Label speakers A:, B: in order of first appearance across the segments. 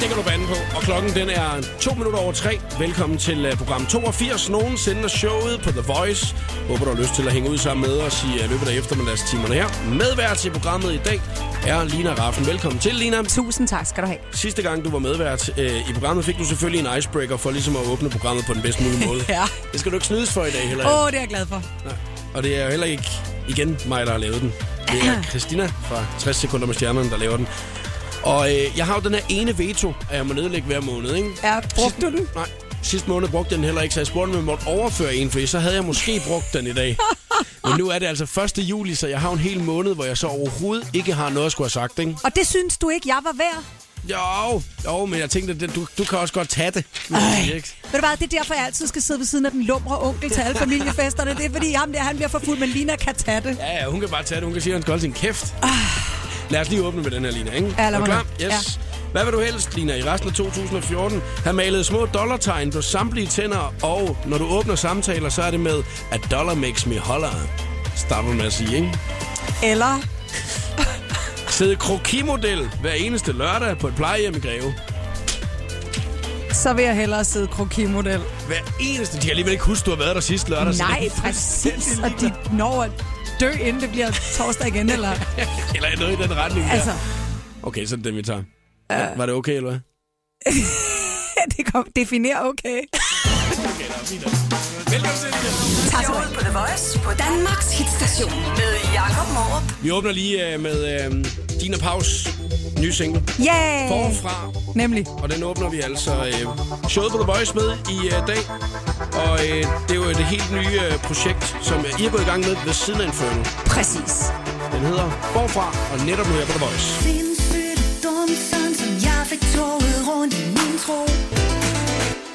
A: ligger du banden på, og klokken den er to minutter over tre. Velkommen til øh, program 82, nogensinde af showet på The Voice. Håber du har lyst til at hænge ud sammen med os i øh, løbet af eftermiddagstimerne her. Medvært til programmet i dag er Lina Raffen. Velkommen til, Lina.
B: Tusind tak skal du have.
A: Sidste gang du var medvært øh, i programmet, fik du selvfølgelig en icebreaker for ligesom at åbne programmet på den bedst mulige måde.
B: Ja.
A: Det skal du ikke snydes for i dag heller.
B: Åh, oh, det er jeg glad for.
A: Nej. Og det er jo heller ikke igen mig, der har lavet den. Det er Christina fra 60 sekunder med stjernerne, der laver den. Og øh, jeg har jo den her ene veto, at jeg må nedlægge hver måned, ikke?
B: Ja, brugte du den?
A: Nej, sidste måned brugte jeg den heller ikke, så jeg spurgte, om jeg måtte overføre en, for så havde jeg måske brugt den i dag. Men nu er det altså 1. juli, så jeg har en hel måned, hvor jeg så overhovedet ikke har noget at skulle have sagt, ikke?
B: Og det synes du ikke, jeg var værd?
A: Jo, jo, men jeg tænkte, at du, du kan også godt tage det. Ej.
B: Ved du hvad, det er derfor, jeg altid skal sidde ved siden af den lumre onkel til alle familiefesterne. Det er fordi, ham der, han bliver for fuld, men Lina kan tage det.
A: Ja, ja, hun kan bare tage det. Hun kan sige, at han skal holde sin kæft. Ah. Lad os lige åbne med den her, Lina, ikke?
B: Ja, lad
A: er du
B: mig
A: klar?
B: høre.
A: Yes. Ja. Hvad vil du helst, Lina, i resten af 2014? Han malede små dollartegn på samtlige tænder, og når du åbner samtaler, så er det med, at dollar makes me holler. Starter du med at sige, ikke?
B: Eller,
A: Sidde krokimodel hver eneste lørdag på et plejehjem i Greve.
B: så vil jeg hellere sidde krokimodel.
A: Hver eneste. De kan alligevel ikke huske, du har været der sidste lørdag. så
B: Nej,
A: det er
B: præcis.
A: fuldstændig
B: Og
A: ligeglad.
B: de når at dø, inden det bliver torsdag igen, eller?
A: Eller noget i den retning der.
B: Altså, Øh.
A: Okay, så er det den, vi tager. Uh. Var det okay, eller hvad?
B: det kom, definerer okay.
A: Okay, der er fint. Velkommen til, Lina.
B: Tak skal du
C: Showet på The Voice på Danmarks hitstation med Jakob Morup.
A: Vi åbner lige øh, med øh, Dina Paus nye single.
B: have. Yay!
A: Forfra.
B: Nemlig.
A: Og den åbner vi altså øh, showet på The Voice med i øh, dag. Og øh, det er jo det helt nye øh, projekt, som øh, I er gået i gang med ved siden af Inferno.
B: Præcis.
A: Den hedder Forfra, og netop nu her på The Voice.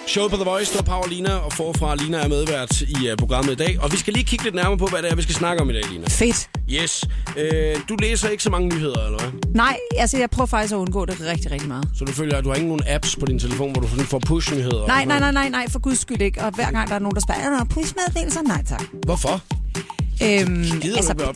A: Showet på The Voice, der er Power Lina, og Forfra Lina er medvært i øh, programmet i dag. Og vi skal lige kigge lidt nærmere på, hvad det er, vi skal snakke om i dag, Lina.
B: Fedt.
A: Yes. Øh, du læser ikke så mange nyheder, eller hvad?
B: Nej, altså jeg prøver faktisk at undgå det rigtig, rigtig meget.
A: Så du føler, at du har ikke nogen apps på din telefon, hvor du sådan får push-nyheder?
B: Nej, nej, nej, nej, nej, for guds skyld ikke. Og hver gang der er nogen, der spørger, er der push-meddelelser? Nej, tak.
A: Hvorfor?
B: Øhm,
A: Gider altså, du ikke være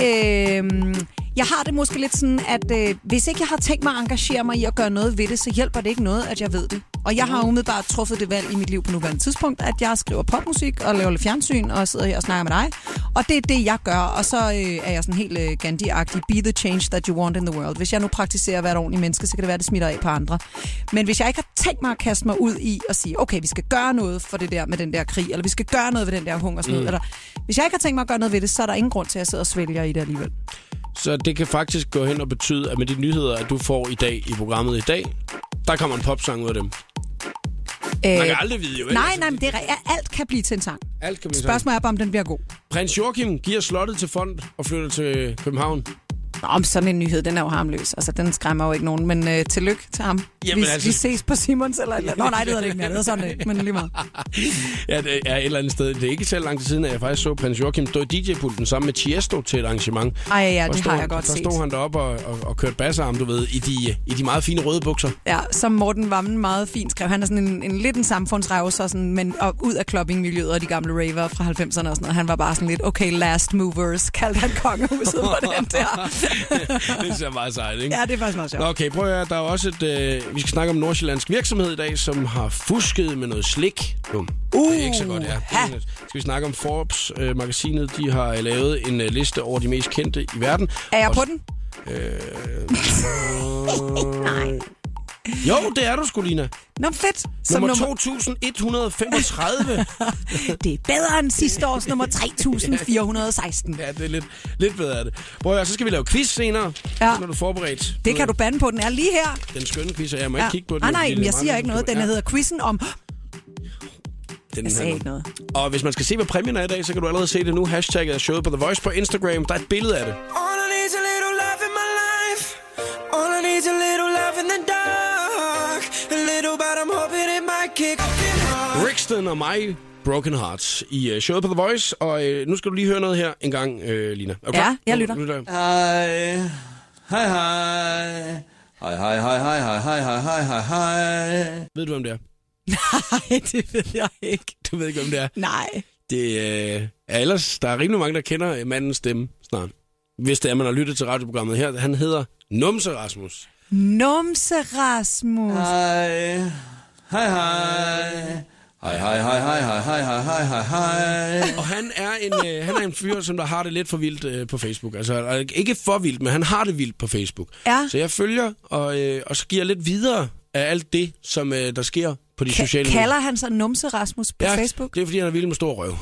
A: opdateret?
B: øhm, jeg har det måske lidt sådan, at øh, hvis ikke jeg har tænkt mig at engagere mig i at gøre noget ved det, så hjælper det ikke noget, at jeg ved det. Og jeg har umiddelbart truffet det valg i mit liv på nuværende tidspunkt, at jeg skriver popmusik og laver lidt fjernsyn og sidder her og snakker med dig. Og det er det, jeg gør. Og så øh, er jeg sådan helt øh, Gandhi-agtig. Be the change that you want in the world. Hvis jeg nu praktiserer at være et ordentligt menneske, så kan det være, at det smitter af på andre. Men hvis jeg ikke har tænkt mig at kaste mig ud i og sige, okay, vi skal gøre noget for det der med den der krig, eller vi skal gøre noget ved den der hungersnød, mm. eller hvis jeg ikke har tænkt mig at gøre noget ved det, så er der ingen grund til, at jeg sidder og svælger i det alligevel.
A: Så det kan faktisk gå hen og betyde, at med de nyheder, at du får i dag i programmet i dag, der kommer en popsang ud af dem. Man kan aldrig vide jo. ikke?
B: Øh, Nej,
A: Altså,
B: nej, men det er, re- alt kan blive til en sang.
A: Alt kan blive sådan.
B: Spørgsmålet er bare, om den bliver god.
A: Prins Joachim giver slottet til fond og flytter til København.
B: Nå, om sådan en nyhed, den er jo harmløs. Altså, den skræmmer jo ikke nogen, men øh, tillykke til ham.
A: Jamen,
B: vi,
A: altså-
B: vi ses på Simons eller et eller andet. Nå, nej, det hedder det ikke mere. Det hedder sådan, det, men lige meget.
A: ja, det er et eller andet sted. Det er ikke så langt siden, at jeg faktisk så prins Joachim stå i DJ-pulten sammen med Tiesto til et arrangement.
B: Ej, ja,
A: Og
B: det
A: stod,
B: har jeg godt
A: der
B: set.
A: stod han deroppe og, og, og kørte bassarm, du ved, i de, i de meget fine røde bukser.
B: Ja, som Morten Vammen meget fint skrev. Han er sådan en, en lidt en samfundsrev, så sådan, men og ud af clubbingmiljøet og de gamle raver fra 90'erne og sådan noget. Han var bare sådan lidt, okay, last movers, kaldte han kongehuset på den der.
A: det ser meget sejt, ikke?
B: Ja, det er faktisk meget
A: Nå,
B: sjovt.
A: okay, prøv at høre, der er jo også et, øh, vi skal snakke om en nordsjællandsk virksomhed i dag, som har fusket med noget slik. Bum. Uh, det er ikke så godt, ja. Det er
B: ha.
A: sådan lidt. Skal vi snakke om Forbes-magasinet, de har øh, lavet en øh, liste over de mest kendte i verden.
B: Er jeg
A: Og-
B: på den?
A: Nej. Jo, det er du sgu, Lina.
B: Nå, fedt. Som
A: Nummer 2135.
B: Det er bedre end sidste års nummer 3416.
A: ja, det er lidt, lidt bedre af det. Prøv at høre, så skal vi lave quiz senere,
B: Ja.
A: når du er forberedt.
B: Det kan du bande på, den er lige her.
A: Den skønne quiz, og jeg må ikke kigge på den.
B: Nej,
A: fordi
B: nej,
A: det er
B: jeg
A: meget
B: siger ikke noget. Den
A: Ja,
B: hedder quizzen om...
A: den
B: Jeg sagde
A: handler-
B: Altså, ikke noget.
A: Og hvis man skal se, hvad præmien er i dag, så kan du allerede se det nu. Hashtagget er showet på The Voice på Instagram. Der er et billede af det.
D: All I need's a little love in my life. All I need's a little love in the dark. A little, but I'm hoping it might kick off.
A: Brixton og mig, Broken Hearts, i uh, showet på The Voice. Og uh, nu skal du lige høre noget her en gang, uh, Lina. Er
B: Ja,
A: du klar?
B: jeg
A: Nu-
B: lytter.
A: nu lytter. jeg.
D: Hej. Hej, hej. Hej, hej, hej, hej, hej, hej, hej, hej, hej, hej.
A: Ved du, hvem det er?
B: Nej, det ved jeg ikke.
A: Du ved ikke, hvem det er.
B: Nej.
A: Det øh, er ellers, der er rimelig mange, der kender øh, mandens stemme snart. Hvis det er, man har lyttet til radioprogrammet her. Han hedder Numse Rasmus.
B: Numse Rasmus.
E: Hej. Hej, hej. Hej, hej, hej, hej, hej, hej, hej, hej, hej, hej.
A: Og han er en, øh, han er en fyr, som der har det lidt for vildt øh, på Facebook. Altså øh, ikke for vildt, men han har det vildt på Facebook.
B: Ja.
A: Så jeg følger og, øh, og så giver lidt videre af alt det, som øh, der sker på de sociale
B: Ka- kalder han sig Numse Rasmus på
A: medier. Ja,
B: Facebook?
A: det er fordi, han er vild med stor røv.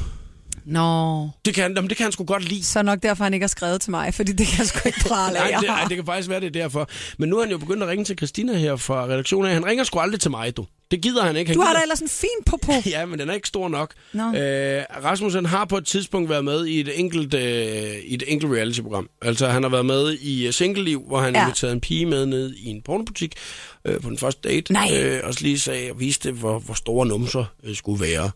B: Nå.
A: Det kan, jamen, det kan han sgu godt lide.
B: Så nok derfor, han ikke har skrevet til mig, fordi det kan jeg sgu ikke prale af.
A: Nej,
B: jeg
A: det,
B: har.
A: ej, det kan faktisk være, det er derfor. Men nu er han jo begyndt at ringe til Christina her fra redaktionen. af. Han ringer sgu aldrig til mig, du. Det gider han ikke. Han
B: Du har da
A: gider...
B: ellers en fin popo.
A: Ja, men den er ikke stor nok.
B: Nå.
A: Øh, Rasmussen har på et tidspunkt været med i et enkelt, øh, i et enkelt reality-program. Altså, han har været med i øh, Single-liv, hvor han
B: Ja.
A: ja. inviterede en pige med ned i en pornobutik øh, på den første date.
B: Nej.
A: Øh, og så lige sagde og viste, hvor, hvor store numser øh, skulle være.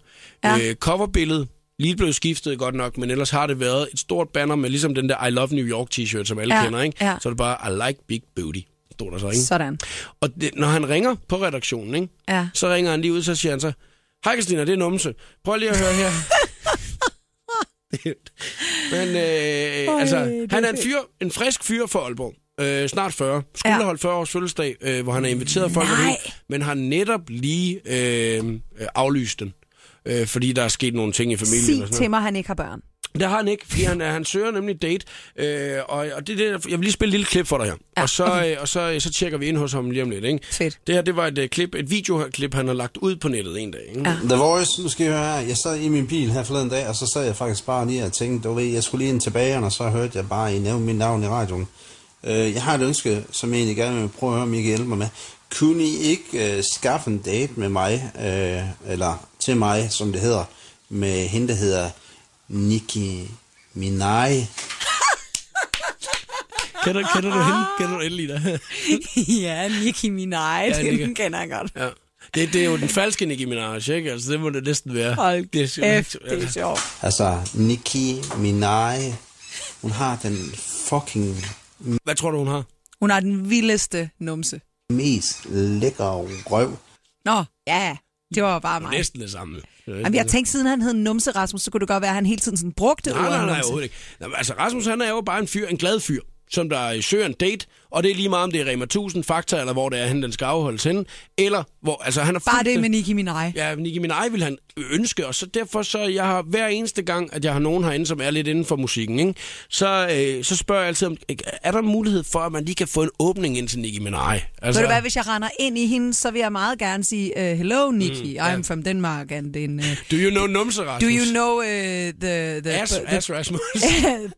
B: Ja.
A: Ja. Øh, coverbilledet lige blev skiftet godt nok, men ellers har det været et stort banner med ligesom den der I Love New York t-shirt, som alle
B: Ja,
A: kender, ikke?
B: ja.
A: Så er det bare, I like big booty, stod der så, ikke?
B: Sådan.
A: Og det, når han ringer på redaktionen, ikke?
B: Ja.
A: så ringer han lige ud, så siger han så, Hej Christina, det er Numse. Prøv lige at høre her. Men øh, altså, han er en fyr, en frisk fyr for Aalborg. Øh, snart 40. Skulle
B: Ja.
A: holde 40 års fødselsdag, øh, hvor han har inviteret folk. og det
B: Nej.
A: hele, Men har netop lige øh, øh, aflyst den. Øh, fordi der er sket nogle ting i familien.
B: Sig
A: og sådan noget.
B: til mig, han ikke har børn.
A: Det har han ikke, fordi han, han søger nemlig date. Øh, og, og det, er det, jeg vil lige spille et lille klip for dig her.
B: Ja,
A: Ja, og så, okay. og så, øh, så tjekker vi ind hos ham lige om lidt. Ikke?
B: Fedt.
A: Det her det var et, øh, klip, et videoklip, han har lagt ud på nettet en dag. Ikke? Ja.
E: The Voice, nu skal I høre her. Jeg sad i min bil her forleden dag, og så sad jeg faktisk bare lige og tænkte, du ved, jeg skulle lige ind til bageren, og så hørte jeg bare, I nævnte mit navn i radioen. Øh, Jeg har et ønske, som jeg egentlig gerne vil prøve at høre, om I kan hjælpe mig med. Kunne I ikke øh, skaffe en date med mig, øh, eller til mig, som det hedder, med hende, der hedder Nicki Minaj?
A: Kender, kender du hende? Kender du endelig der?
B: ja, Nicki Minaj,
A: Ja, Nicki.
B: den kender jeg godt.
A: ja. det, det er jo den falske Nicki Minaj, ikke? Altså, det må det næsten være.
B: Hold
A: det er,
B: kæft,
A: simpelthen-
B: det er sjovt.
E: Altså, Nicki Minaj, hun har den fucking
A: Hvad tror du, hun har?
B: Hun har den vildeste numse.
E: mest lækre røv.
B: Nå, ja, det var bare mig.
A: Næsten det samme.
B: Jamen, jeg tænkte, siden han hed Numse Rasmus, så kunne det godt være, at han hele tiden sådan brugte
A: Nej,
B: ordet
A: nej, nej,
B: numse.
A: overhovedet ikke. Nå, men Altså, Rasmus, han er jo bare en fyr, en glad fyr, som der øh, søger en date, og det er lige meget, om det er Rema 1000, Fakta, eller hvor det er, han den skal afholdes henne, eller hvor, altså han er
B: Bare
A: fuldt-
B: det med Nicki Minaj.
A: Ja, Nicki Minaj vil han ønske, og så derfor så, jeg har hver eneste gang, at jeg har nogen herinde, som er lidt inden for musikken, ikke? Så, øh, så spørger jeg altid, om, er der mulighed for, at man lige kan få en åbning ind til Nicki Minaj?
B: Altså... Ved du hvad, hvis jeg render ind i hende, så vil jeg meget gerne sige, uh, hello Nikki, mm, I'm from Denmark, and in, uh,
A: Do you know Numse,
B: do
A: Rasmus?
B: you know uh, the... the,
A: Ass,
B: the,
A: ass Rasmus.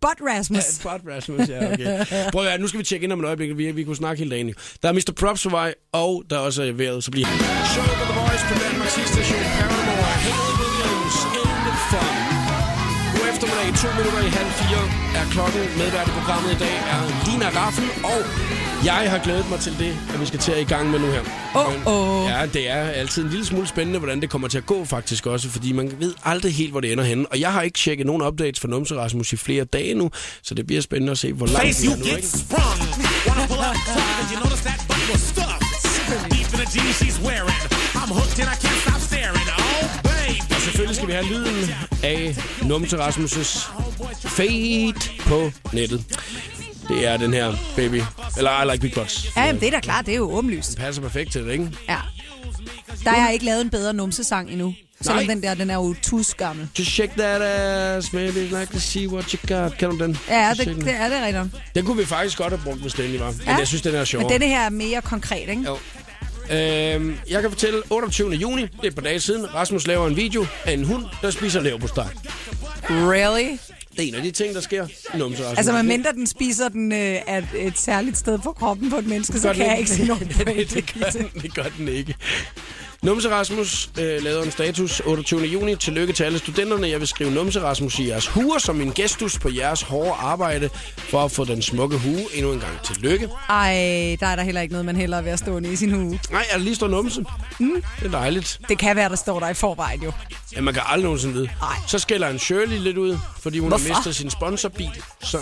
B: butt Rasmus.
A: Spot Rasmus, ja, okay. Prøv at høre, nu skal vi tjekke ind om et øjeblik, vi, vi kunne snakke hele dagen. jo. Der er Mr. Props på vej, og der er også øh, vejret, så bliver Show for the Voice på Danmarks station, Paramore, Haley Williams, In The Fun. God eftermiddag, to minutter i halv fire er klokken. Medvært i programmet i dag er Lina Raffel, og jeg har glædet mig til det, at vi skal til at i gang med nu her.
B: Åh, åh.
A: Ja, det er altid en lille smule spændende, hvordan det kommer til at gå faktisk også, fordi man ved aldrig helt, hvor det ender henne. Og jeg har ikke tjekket nogen updates fra Numse Rasmus i flere dage nu, så det bliver spændende at se, hvor langt
F: face,
A: vi
F: you
A: er nu,
F: get
A: ikke?
F: sprung. Wanna pull out the plug, 'cause you notice that butt was stuffed. Deep in the jeans she's wearing. I'm hooked and I can't stop staring. Oh, babe.
A: Selvfølgelig skal vi have lyden af Numse Rasmus' fade på nettet. Det er den her, baby. Eller I like big bucks.
B: Ja, jamen, det er da klart, det er jo åbenlyst.
A: Passer perfekt til det, ikke?
B: Ja. Der har jeg ikke lavet en bedre numsesang endnu. Selvom
A: Nej.
B: den der, den er jo tusgammel.
A: Just shake that ass, maybe like to see what you got. Kan du den?
B: Ja,
A: Just
B: det,
A: shake den.
B: det er det rigtigt.
A: Den kunne vi faktisk godt have brugt, hvis den lige var. Men
B: Ja.
A: jeg synes, den er sjovere.
B: Men denne her er mere konkret, ikke?
A: Jo. Øhm, jeg kan fortælle, 28. juni, det er et par dage siden, Rasmus laver en video af en hund, der spiser leverpostej.
B: Really?
A: Det er en af de ting, der sker i numse, Rasmus.
B: Altså, medmindre den spiser den øh, af et særligt sted på kroppen på et menneske, så
A: Gør
B: kan
A: den
B: jeg ikke sige noget på
A: det, det, gør den, det gør den ikke. Numse Rasmus øh, lavede en status 28. juni. Tillykke til alle studenterne. Jeg vil skrive Numse Rasmus i jeres huer som en gestus på jeres hårde arbejde for at få den smukke hue endnu en gang. Tillykke.
B: Ej, der er der heller ikke noget, man hellere vil at stå i sin hue.
A: Nej, er der lige står Numse? Mm. Det er dejligt.
B: Det kan være, der står der i forvejen jo.
A: Ja, man kan aldrig nogensinde vide.
B: Nej.
A: Så skælder en Shirley lidt ud, fordi hun
B: Hvorfor?
A: har mistet sin sponsorbil. Så...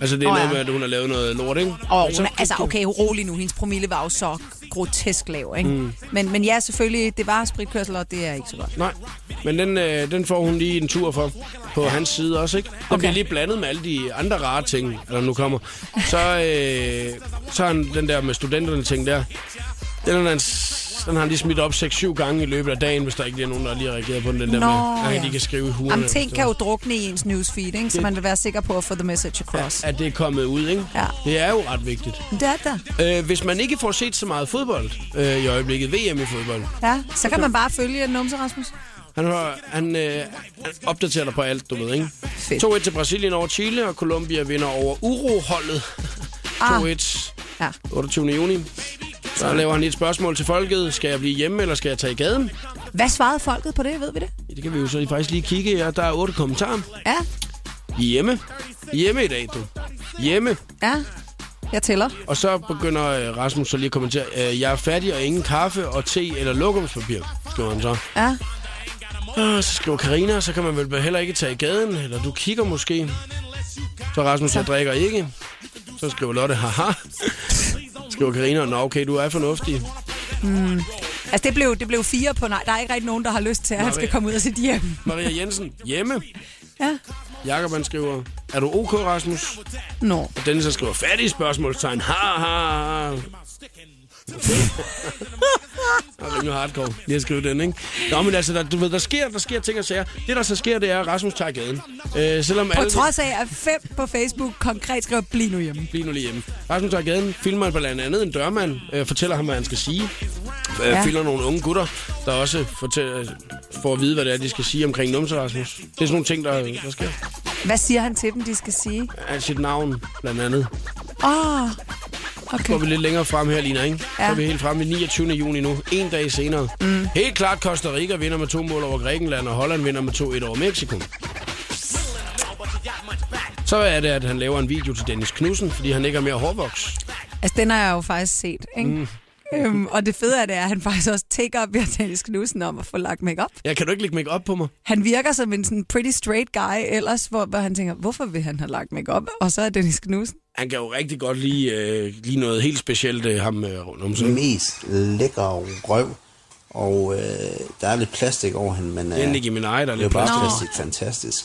A: Altså, det er
B: Åh,
A: oh, noget
B: ja.
A: med, at hun har lavet noget lort, ikke?
B: Og
A: Men
B: hun, er- altså, okay, rolig nu. Hendes promille var jo så grotesk lav, ikke? Mm. Men, men ja, selvfølgelig, det var spritkørsel, og det er ikke så godt.
A: Nej, men den, øh, den får hun lige en tur for på hans side også, ikke? Og okay. bliver lige blandet med alle de andre rare ting, der nu kommer. Så, øh, så har han den der med studenterne ting der. Den har han, s- den har han lige smidt op 6-7 gange i løbet af dagen, hvis der ikke lige er nogen, der lige har reageret på den, den der med, øh, at ja. de kan skrive i hurene.
B: Jamen, ting kan jo drukne i ens newsfeed, ikke? så man vil være sikker på at få the message across.
A: At det er kommet ud, ikke?
B: Ja.
A: Det er jo ret vigtigt.
B: Det er der.
A: Øh, hvis man ikke får set så meget fodbold øh, i øjeblikket, VM i fodbold,
B: Ja, så kan man bare følge Numse Rasmus.
A: Han, har, han, øh, han opdaterer dig på alt, du ved, ikke?
B: Fedt.
A: 2-1 til Brasilien over Chile, og Colombia vinder over Uroholdet. 2-1
B: Ja.
A: 28. juni. Så laver han lige et spørgsmål til folket. Skal jeg blive hjemme, eller skal jeg tage i gaden?
B: Hvad svarede folket på det, ved vi det?
A: Det kan vi jo så faktisk lige kigge. Ja, der er otte kommentarer.
B: Ja,
A: Hjemme. Hjemme i dag, du. Hjemme.
B: ja. Jeg tæller.
A: Og så begynder øh, Rasmus så lige at kommentere. øh, Jeg er fattig og ingen kaffe og te eller lokumspapir, skriver han så.
B: Ja.
A: Og Øh, så skriver Karina, så kan man vel heller ikke tage i gaden, eller du kigger måske. Så Rasmus, jeg drikker ikke. Så skriver Lotte, haha. skriver Karina, nå okay, du er fornuftig.
B: Altså, det blev, det blev fire på nej. Der er ikke rigtig nogen, der har lyst til, at han skal komme ud og sit hjem.
A: Maria Jensen, hjemme.
B: Ja.
A: Jakob han skriver, er du ok, Rasmus?
B: Nå.
A: Og Dennis han skriver, fattig spørgsmålstegn, ha ha ha. Det er rimelig hardcore, lige at skrive den, ikke? Nå, men altså, der, du ved, der sker, der sker ting og sager. Det, der så sker, det er, at Rasmus tager i gaden. Øh, selvom
B: På
A: alle...
B: trods af, at fem på Facebook konkret skriver, bliv nu hjemme.
A: Bliv nu lige hjemme. Rasmus tager i gaden, filmer blandt andet en dørmand, øh, fortæller ham, hvad han skal sige. Øh, ja.
B: Ja.
A: Filmer nogle unge gutter, der også fortæller, får at vide, hvad det er, de skal sige omkring numse, Rasmus. Det er sådan nogle ting, der, der sker.
B: Hvad siger han til dem, de skal sige?
A: Ja, sit navn, blandt andet.
B: Åh, oh,
A: Går
B: okay.
A: vi lidt længere frem her, Lina, ikke? Ja.
B: Ja.
A: Så er vi helt frem i 29. juni nu, en dag senere. Mm. Helt klart, Costa Rica vinder med to mål over Grækenland, og Holland vinder med 2-1 over Mexico. Så er det, at han laver en video til Dennis Knudsen, fordi han ikke er mere hårvoks.
B: Altså, den har jeg jo faktisk set, ikke? Mm. Øhm, og det fede af det er, at han faktisk også tager op ved Dennis Knudsen om at få lagt make op.
A: Ja, kan du ikke lægge make op på mig?
B: Han virker som en sådan pretty straight guy ellers, hvor, hvor han tænker, hvorfor vil han have lagt make op? Og så er Dennis Knudsen.
A: Han kan jo rigtig godt lide, øh, lide noget helt specielt, øh, ham øh, rundt om sig.
E: Den mest lækre røv, og øh, der er lidt plastik over hende, men øh,
A: Det er Nicki Minaj, der er
E: det er jo
A: lidt
E: bare
A: plastik.
B: Nå.
E: plastik fantastisk.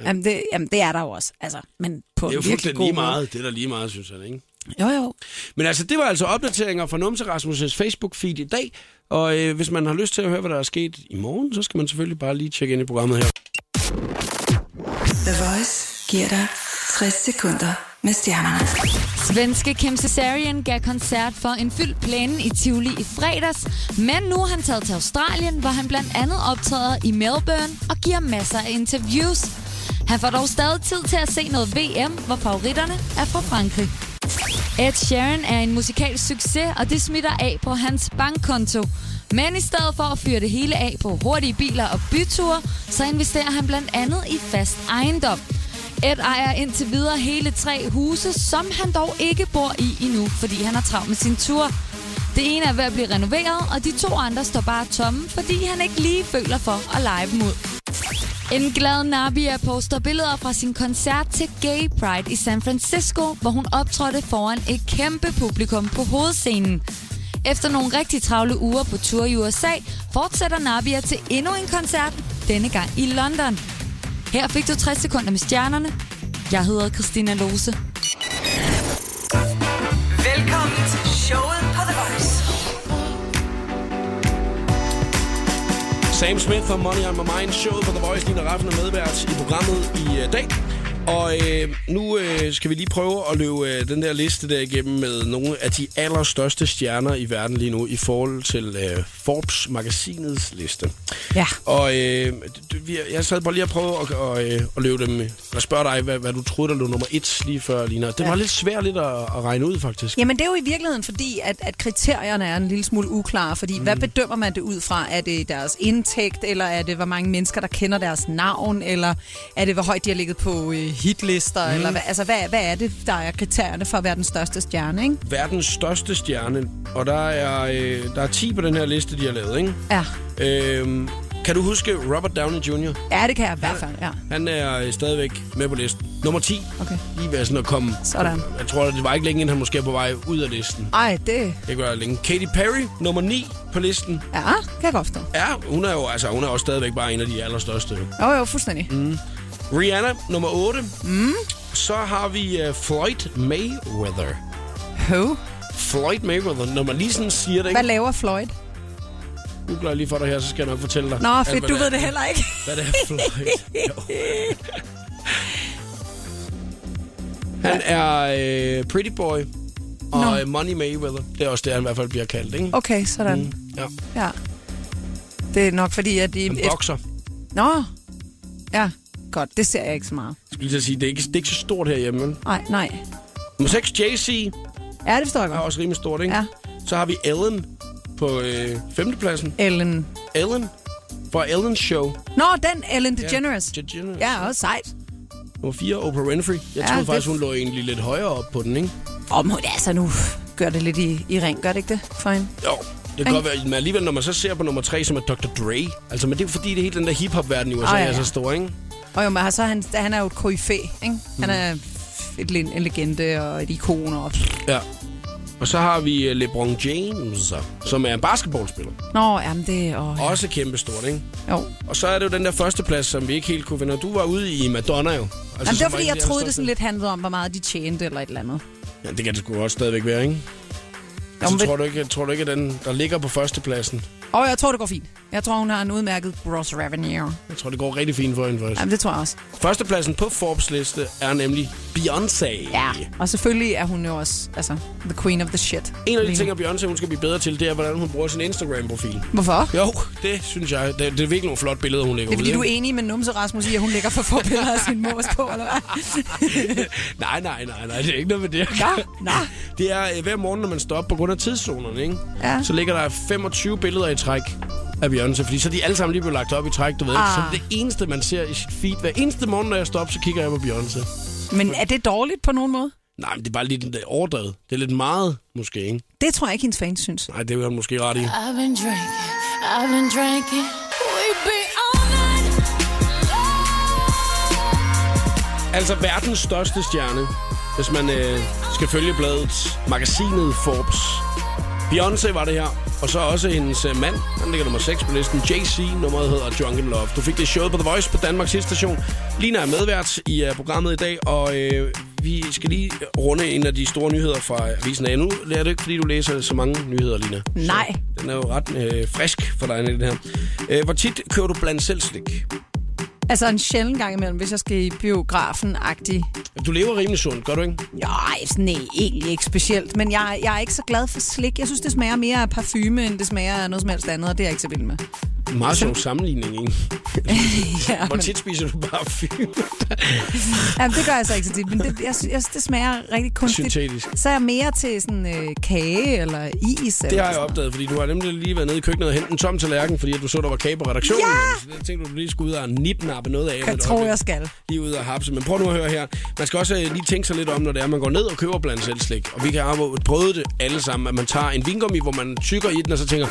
B: Ja. Jamen, det, jamen, det er der jo også. Altså, men på
A: Det er jo
B: en virkelig
A: fuldstændig
B: god
A: lige
B: måde.
A: meget. Det er der lige meget, synes han, ikke?
B: Jo, jo.
A: Men altså, det var altså opdateringer fra Numse Rasmus' Facebook-feed i dag. Og øh, hvis man har lyst til at høre, hvad der er sket i morgen, så skal man selvfølgelig bare lige tjekke ind i programmet her.
C: The Voice giver dig 60 sekunder med stjernerne.
G: Svenske Kim Cesarian gav koncert for en fyldt plæne i Tivoli i fredags, men nu er han taget til Australien, hvor han blandt andet optræder i Melbourne og giver masser af interviews. Han får dog stadig tid til at se noget VM, hvor favoritterne er fra Frankrig. Ed Sheeran er en musikalsk succes, og det smitter af på hans bankkonto. Men i stedet for at fyre det hele af på hurtige biler og byture, så investerer han blandt andet i fast ejendom. Ed ejer indtil videre hele tre huse, som han dog ikke bor i endnu, fordi han har travlt med sin tur. Det ene er ved at blive renoveret, og de to andre står bare tomme, fordi han ikke lige føler for at lege dem ud. En glad Nabia poster billeder fra sin koncert til Gay Pride i San Francisco, hvor hun optrådte foran et kæmpe publikum på hovedscenen. Efter nogle rigtig travle uger på tur i USA, fortsætter Nabia til endnu en koncert, denne gang i London. Her fik du 60 sekunder med stjernerne. Jeg hedder Christina Lose.
C: Velkommen til showet på The Voice.
A: Sam Smith fra Money on My Mind, showet på The Voice, Lina Raffen er medvært i programmet i øh, dag. Og øh, nu øh, skal vi lige prøve at løbe øh, den der liste der igennem med nogle af de allerstørste stjerner i verden lige nu i forhold til øh, Forbes-magasinets liste.
B: Ja.
A: Og øh, d- d- vi- jeg sad bare lige og prøvede at, og, øh, at løbe dem, eller spørge dig, hvad, hvad du troede, der lå nummer et lige før, Lina. Det var lidt svært lidt at, at regne ud, faktisk.
B: Jamen, det er jo i virkeligheden fordi, at, at kriterierne er en lille smule uklare, fordi mm. hvad bedømmer man det ud fra? Er det deres indtægt, eller er det, hvor mange mennesker, der kender deres navn, eller er det, hvor højt de har ligget på øh, hitlister, mm. eller hvad, altså, hvad, hvad er det, der er kriterierne for at være den største stjerne, ikke?
A: Verdens største stjerne, og der er, øh, der er 10 på den her liste, de har lavet, ikke?
B: Ja.
A: Øhm, Kan du huske Robert Downey Jr.?
B: Ja, det kan jeg i hvert fald, ja.
A: Han er øh, stadigvæk med på listen. Nummer 10.
B: Okay.
A: Lige ved sådan at komme.
B: Sådan.
A: Jeg tror, det var ikke længe, inden han måske er på vej ud af listen.
B: Ej, det...
A: Det gør jeg længe. Katy Perry, nummer 9 på listen.
B: Ja, kan jeg godt forstå.
A: Ja, hun er jo altså, hun er også stadigvæk bare en af de allerstørste. jo.
B: Jo, jo, fuldstændig. Mm.
A: Rihanna, nummer 8. Mm. Så har vi uh, Floyd Mayweather.
B: Ho.
A: Floyd Mayweather, når man lige sådan siger det,
B: Hvad
A: ikke?
B: laver Floyd?
A: Googler jeg lige for dig her, så skal jeg nok fortælle dig.
B: Nå,
A: alt,
B: fedt,
A: hvad
B: du ved
A: er.
B: det heller ikke.
A: Hvad det er Floyd? Jo. han er øh, Pretty Boy og
B: Nå.
A: no. Money Mayweather. Det er også det, han i hvert fald bliver kaldt, ikke?
B: Okay, sådan. Mm.
A: Ja,
B: Ja. Det er nok fordi, at de...
A: han bokser.
B: Nå. Ja, godt. Det ser jeg ikke så meget.
A: Jeg skulle lige til at sige, det er ikke, det er ikke så stort herhjemme. vel?
B: Nej, nej.
A: Nummer 6, Jay-Z.
B: Ja, det forstår jeg
A: er
B: godt.
A: også rimelig stort, ikke?
B: Ja.
A: Så har vi Ellen på øh, femtepladsen.
B: Ellen.
A: Ellen fra Ellen's Show.
B: Nå, den Ellen DeGeneres.
A: Ja, DeGeneres.
B: Ja, også sejt.
A: Nummer 4, Oprah Winfrey. Jeg
B: Ja,
A: troede
B: det-
A: faktisk, hun lå egentlig lidt højere op på den, ikke?
B: Om hun altså nu gør det lidt i, i ring, gør det ikke det for hende?
A: Jo, det kan godt være, men alligevel, når man så ser på nummer 3, som er Dr. Dre. Altså, men det er jo fordi, det er hele den der hip-hop-verden i USA
B: Ah, ja,
A: er
B: ja.
A: så stor, ikke?
B: Og jo, men altså, han, han er jo et koryfæ, ikke? Han er
A: Mm.
B: et, le- en legende og et ikon. Og...
A: Ja. Og så har vi øh, LeBron James, som er en basketballspiller.
B: Nå, jamen det... Og...
A: Også kæmpestort, ikke?
B: Jo.
A: Og så er det jo den der førsteplads, som vi ikke helt kunne finde. Og Du var ude i Madonna jo. Altså,
B: Jamen, det
A: som
B: var fordi,
A: en af
B: jeg
A: de
B: troede, det
A: allerstørste.
B: sådan lidt handlede om, hvor meget de tjente eller et eller andet.
A: Ja, det kan det sgu også stadigvæk være, ikke?
B: men
A: Altså,
B: ved-
A: tror, du ikke, tror du ikke, at den, der ligger på førstepladsen,
B: Og jeg tror, det går fint. Jeg tror, hun har en udmærket gross revenue.
A: jeg tror, det går rigtig fint for hende faktisk.
B: Jamen, det tror jeg også.
A: Førstepladsen på Forbes liste er nemlig Beyoncé.
B: Ja. Og selvfølgelig er hun jo også altså, the queen of the shit.
A: En af de
B: Lige
A: ting,
B: nu.
A: at Beyoncé hun skal blive bedre til, det er, hvordan hun bruger sin Instagram-profil.
B: Hvorfor?
A: Jo, det synes jeg. Det, det er virkelig nogle flotte billeder, hun lægger
B: Det er fordi,
A: ud.
B: du er
A: ikke?
B: enig med Numse Rasmus i, at hun lægger for få billeder af sin mors på, eller hvad?
A: nej, nej, nej, nej, det er ikke noget med det.
B: Nå, nå.
A: Det er øh, hver morgen, når man står op på grund af tidszonerne, ikke?
B: Ja.
A: så ligger der 25 billeder i træk af Beyoncé, fordi så er de alle sammen lige blevet lagt op i træk, du ved. Ah.
B: Ah.
A: Så det er det eneste, man ser i sit feed. Hver eneste morgen, når jeg står op, så kigger jeg på Beyoncé.
B: Men er det dårligt på nogen måde?
A: Nej, men det er bare lidt øh, overdrevet. Det er lidt meget, måske, ikke?
B: Det tror jeg ikke, hendes fans synes.
A: Nej, det er han måske ret i.
H: I've been drinking, I've been drinking. We be all night
A: Altså verdens største stjerne, hvis man øh, skal følge bladet, magasinet Forbes. Beyoncé var det her, og så også hendes øh, mand, han ligger nummer 6 på listen, JC, nummeret hedder Drunken Love. Du fik det showet på The Voice på Danmarks station. Lina er medvært i øh, programmet i dag, og øh, vi skal lige runde en af de store nyheder fra øh, avisen af. Nu er det ikke, fordi du læser så mange nyheder, Lina.
B: Nej.
A: Den er jo ret øh, frisk for dig, den her. Øh, hvor tit kører du blandt selv slik?
B: Altså en sjældent gang imellem, hvis jeg skal i biografen-agtig.
A: Du lever rimelig sundt, gør du ikke?
B: Nej, sådan, nej, egentlig ikke specielt. Men jeg, jeg er ikke så glad for slik. Jeg synes, det smager mere af parfume, end det smager af noget som helst andet, og det er jeg ikke så vild med.
A: Meget sjov sammenligning, ikke?
B: ja,
A: Hvor
B: men,
A: tit spiser du bare fyld?
B: jamen, det gør jeg så ikke så tit, men det, jeg, sy- jeg, synes, det smager rigtig kunstigt.
A: Syntetisk.
B: Så er jeg mere til sådan øh, kage eller is.
A: Det
B: eller
A: har
B: sådan
A: jeg
B: noget.
A: opdaget, fordi du har nemlig lige været nede i køkkenet og hentet en tom tallerken, fordi at du så, der var kage på redaktionen.
B: Ja!
A: Så det tænkte du, du lige skulle ud og nipnappe noget af. om
B: Jeg
A: et
B: tror,
A: øjeblik.
B: jeg skal.
A: Lige ud og hapse. Men prøv nu at høre her. Man skal også øh, lige tænke sig lidt om, når det er, man går ned og køber blandt selv slik. Og vi kan have prøvet det alle sammen, at man tager en vingummi, hvor man tykker i den, og så tænker,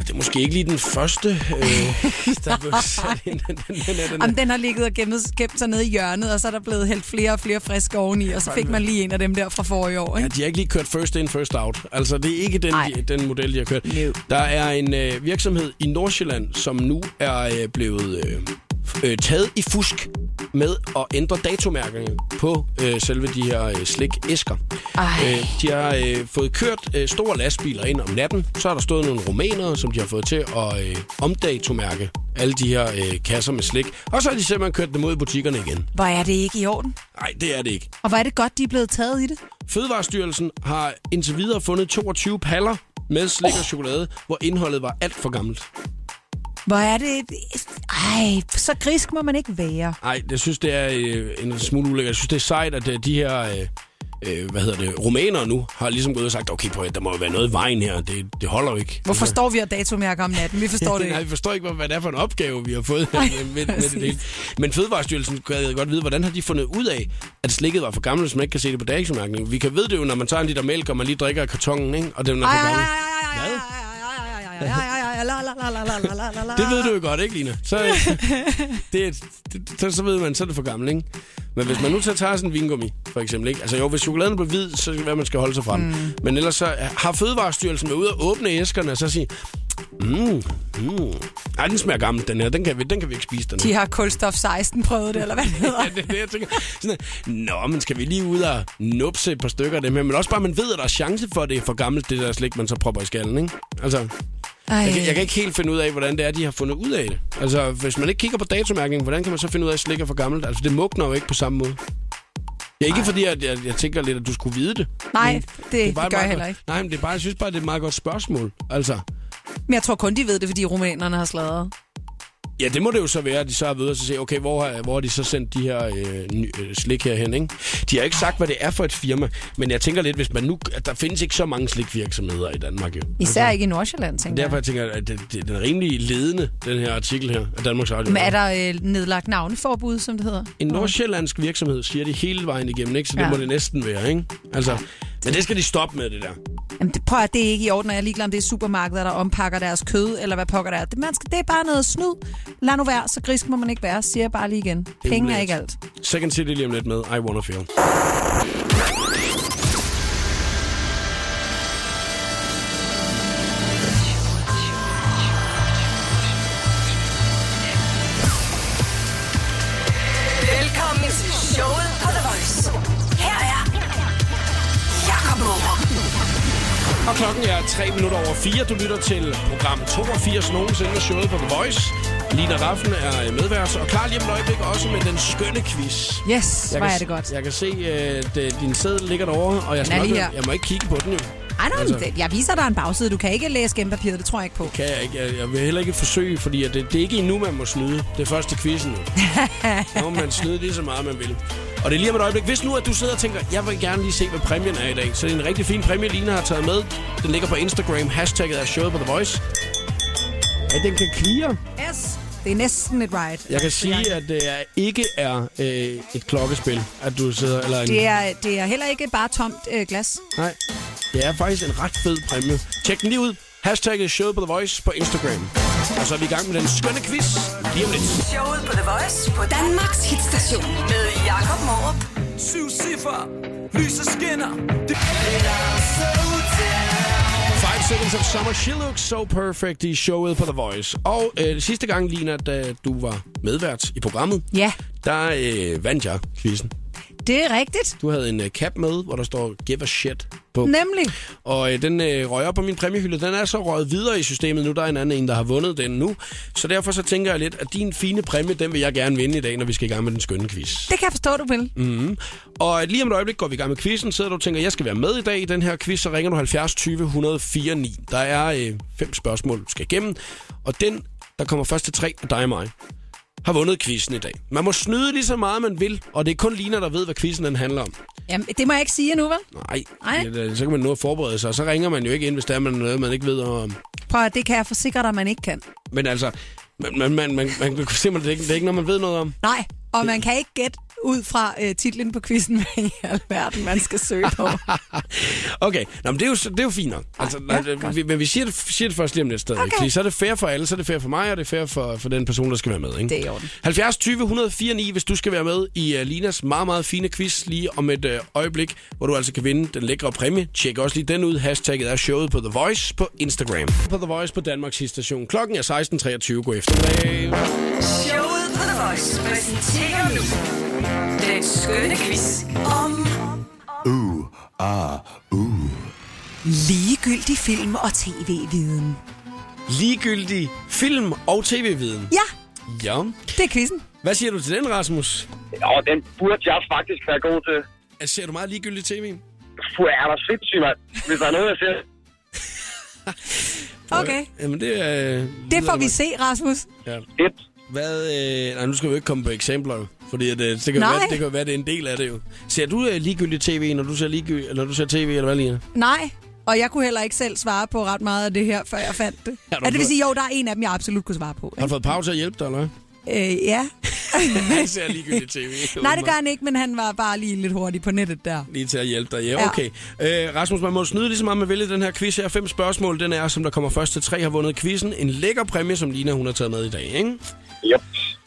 A: det er måske ikke lige den første, øh, der blev sat ind. Den, den, den, den,
B: Jamen, den har ligget og gemt, gemt sig nede i hjørnet, og så er der blevet hældt flere og flere friske oveni, og så fik man lige en af dem der fra forrige år.
A: Ja,
B: Ikke?
A: de har ikke lige kørt first in, first out. Altså, det er ikke den,
B: Nej.
A: de, den model, de har kørt.
B: No.
A: Der er en øh, virksomhed i Nordsjælland, som nu er øh, blevet øh, f- øh, taget i fusk med at ændre datomærkerne på øh, selve de her øh, slik-æsker. Øh, de har øh, fået kørt øh, store lastbiler ind om natten. Så har der stået nogle rumænere, som de har fået til at øh, omdatomærke alle de her øh, kasser med slik. Og så har de simpelthen kørt dem ud i butikkerne igen.
B: Hvor er det ikke i orden?
A: Nej, det er det ikke.
B: Og hvor er det godt, de er blevet taget i det?
A: Fødevarestyrelsen har indtil videre fundet 22 paller med slik og chokolade, hvor indholdet var alt for gammelt.
B: Hvor er det... et- Ej, så grisk må man ikke være.
A: Nej, jeg synes, det er øh, en smule ulækkert. Jeg synes, det er sejt, at øh, de her... Øh, øh, hvad hedder det, rumænere nu, har ligesom gået og sagt, okay, prøv, at høre, der må jo være noget i vejen her, det, det holder jo ikke.
B: Hvorfor står vi og datomærker om natten? Vi forstår det
A: Nej,
B: ikke.
A: vi forstår ikke, hvad- hvad det er for en opgave, vi har fået her
B: Nej,
A: med, med, med det
B: præcis.
A: hele. Men Fødevarestyrelsen kan godt vide, hvordan har de fundet ud af, at slikket var for gammelt, hvis man ikke kan se det på dagsmærkningen. Vi kan vide det jo, når man tager en liter mælk, og man lige drikker af kartongen, ikke? og den er for
B: Ej, ej, ej,
A: gammel.
B: ej, ej, ej, ej, ej, ej, ej, ej, ej, ej, ej, ej, la, la, la, la, la, la, la, la, la.
A: Det ved du jo godt, ikke, Lina? Så, det, er et- det, så, så ved man, så er det for gammel, ikke? Men hvis man nu så tager sådan en vingummi, for eksempel, ikke? Altså jo, hvis chokoladen bliver hvid, så er det, hvad man skal holde sig fra mm. Men ellers så har Fødevarestyrelsen været ude og åbne æskerne og så sige, mm, mm. Ej, den smager gammel, den her. Den kan vi, den kan vi ikke spise, den her.
B: De har kulstof 16 prøvet det, eller hvad det hedder.
A: Ja, det er det, jeg tænker. Sådan, at, Nå, men skal vi lige ud og nupse et par stykker af dem her? Men også bare, man ved, at der er chance for, at det er for gammelt, det der slik, man så propper i skallen, ikke? Altså, jeg,
B: Øh.
A: kan- jeg kan ikke helt finde ud af, hvordan det er, de har fundet ud af det. Altså, hvis man ikke kigger på datomærkningen, hvordan kan man så finde ud af, at slik er for gammelt? Altså, det mugner jo ikke på samme måde. Ja, ikke fordi, at jeg, jeg tænker lidt, at du skulle vide det.
B: Nej,
A: Men
B: det,
A: er
B: det,
A: bare
B: det gør
A: et
B: jeg
A: meget
B: heller
A: godt-
B: ikke.
A: Nej, men det er bare, jeg synes bare, det er et meget godt spørgsmål. Altså,
B: Men jeg tror kun, de ved det, fordi romanerne har sladret.
A: Ja, det må det jo så være, at de så er ved at så se, okay, hvor har, hvor har de så sendt de her øh, ny, øh, slik herhen, ikke? De har ikke sagt, hvad det er for et firma, men jeg tænker lidt, hvis man nu... At der findes ikke så mange slikvirksomheder i Danmark, jo. Altså,
B: Især ikke i Nordsjælland, tænker jeg.
A: Derfor jeg tænker jeg, at det, det, den er rimelig ledende, den her artikel her af Danmarks Radio.
B: Men er der øh, nedlagt navneforbud, som det hedder?
A: En nordsjællandsk virksomhed siger de hele vejen igennem, ikke? Så det
B: Ja.
A: ja. må det næsten være, ikke? Altså, men det skal de stoppe med, det der.
B: Jamen, det, prøv at høre, det er ikke i orden, og jeg er ligeglad, om det er supermarkeder, der ompakker deres kød, eller hvad pokker der er. Det, man skal, det er bare noget snyd. Lad nu være, så grisk må man ikke være, siger jeg bare lige igen. Penge er
A: ulækkert.
B: ikke alt.
A: Second City lige om lidt med I Wanna Feel.
I: Velkommen til showet på The Voice. Her er Jakob Morup.
A: Og klokken er 3 minutter over 4. Du lytter til program 82 nogensinde af showet på The Voice. Lina Raffen er øh, medvært, og klar lige om et øjeblik også med den skønne quiz.
B: Yes, hvor
A: kan,
B: er
A: s-
B: det godt.
A: Jeg kan se, at øh, din sædel ligger derovre, og jeg,
B: er
A: skal nok,
B: lige her.
A: jeg må ikke kigge på den jo.
B: Ej, nej,
A: Altså-
B: altså. jeg viser dig en bagside. Du kan ikke læse gennem papiret, det tror jeg ikke på.
A: Kan jeg, ikke, jeg, jeg vil heller ikke forsøge, fordi at det, det er ikke endnu, man må snyde. Det er først til quizzen nu. Der må man snyde lige så meget, man vil. Og det er lige om et øjeblik. Hvis nu, at du sidder og tænker, jeg vil gerne lige se, hvad præmien er i dag. Så det er en rigtig fin præmie, Lina har taget med. Den ligger på Instagram. Hashtagget er showet på The Voice. Ja, den kan klire.
B: Yes. Det er næsten et ride.
A: Jeg kan sige, at det er- ikke er øh, et klokkespil, at du sidder... Eller en,
B: Det er, det er heller ikke bare tomt øh, glas.
A: Nej, det er faktisk en ret fed præmie. Tjek den lige ud. Hashtagget showet på The Voice på Instagram. Og så er vi i gang med den skønne quiz lige om lidt.
I: Showet på The Voice på Danmarks hitstation med Jakob Morup.
D: Syv cifre, lyset skinner. Det
A: Five Seconds of Summer, She Looks So Perfect i showet på The Voice. Og øh, sidste gang, Lina, da du var medvært i programmet,
B: Ja,
A: der øh, vandt jeg quizzen.
B: det er rigtigt.
A: Du havde en øh, cap med, hvor der står give a shit på.
B: Nemlig.
A: Og øh, den øh, røg op på min præmiehylde. Den er så røget videre i systemet nu. Der er en anden en, der har vundet den nu. Så derfor så tænker jeg lidt, at din fine præmie, den vil jeg gerne vinde i dag, når vi skal i gang med den skønne quiz.
B: Det kan jeg forstå, du vil.
A: Og øh, lige om et øjeblik går vi i gang med quizzen. Sidder du og tænker, jeg skal være med i dag i den her quiz, så ringer du 70 20 104 9. Der er øh, fem spørgsmål, du skal igennem. Og den, der kommer først til tre af dig og mig, har vundet quizzen i dag. Man må snyde lige så meget, man vil, og det er kun Lina, der ved, hvad quizzen den handler om.
B: Jamen, det må jeg ikke sige endnu, vel?
A: Nej,
B: Ej.
A: Det, øh, så kan man nå at forberede sig, og så ringer man jo ikke ind, hvis der er man noget, man ikke ved om.
B: Prøv at, det kan jeg forsikre dig, man ikke kan.
A: Men altså, man, man, man, man, man kan simpelthen, det er ikke, det er ikke noget, man ved noget om.
B: Nej, og man kan ikke gætte ud fra øh, titlen på quizzen, hvad i alverden man skal søge på.
A: okay, Nå, men det er jo, så- det er jo fint nok. Altså, ja, vi, men vi siger det, siger det først lige om lidt stadig.
B: Ah, Okay.
A: Fordi så er det fair for alle, så er det fair for mig, og det er fair for, for den person, der skal være med. Ikke?
B: Det er i orden.
A: 70 20 104 9, hvis du skal være med i uh, Linas meget, meget fine quiz lige om et uh, øjeblik, hvor du altså kan vinde den lækre præmie. Tjek også lige den ud. Hashtagget er showet på The Voice på Instagram. På The Voice på Danmarks station. Klokken er 16.23. God eftermiddag.
I: Showet på The Voice præsenterer nu den skønne quiz om
B: Ligegyldig film og tv-viden.
A: Ligegyldig film- og tv-viden.
B: Ja,
A: Ja.
B: det er quizzen.
A: Hvad siger du til den, Rasmus?
J: Og den burde jeg faktisk være god til.
A: Altså, Ser du meget ligegyldig tv?
J: Puh, er der sindssygt, mand. Hvis der er noget, jeg ser...
B: Okay,
A: Jamen, det er... Øh,
B: det får vi se, Rasmus.
J: Det,
A: Hvad... Øh, nej, nu skal vi jo ikke komme på eksempler, jo. Fordi at, øh, det, kan jo
B: Nej.
A: være, det kan jo være, det er en del af det jo. Ser du øh, ligegyldig tv, når du ser, ligegyldig, når du ser tv, eller hvad, Lina?
B: Nej, og jeg kunne heller ikke selv svare på ret meget af det her, før jeg fandt det. Ja,
A: Ja, du
B: det vil
A: må-
B: sige, jo, der er en af dem, jeg absolut kunne svare på.
A: Har du fået pause til at hjælpe dig, eller hvad?
B: Øh, ja,
A: Han ser ligegyldigt tv.
B: Nej, det gør han ikke, men han var bare lige lidt hurtig på nettet der.
A: Lige til at hjælpe dig. Ja, okay. Øh, Rasmus, man må snyde lige så meget med vælge den her quiz her. Fem spørgsmål, den er, som der kommer først til tre, har vundet quizzen. En lækker præmie, som Lina hun har taget med i dag, ikke?
J: Yep.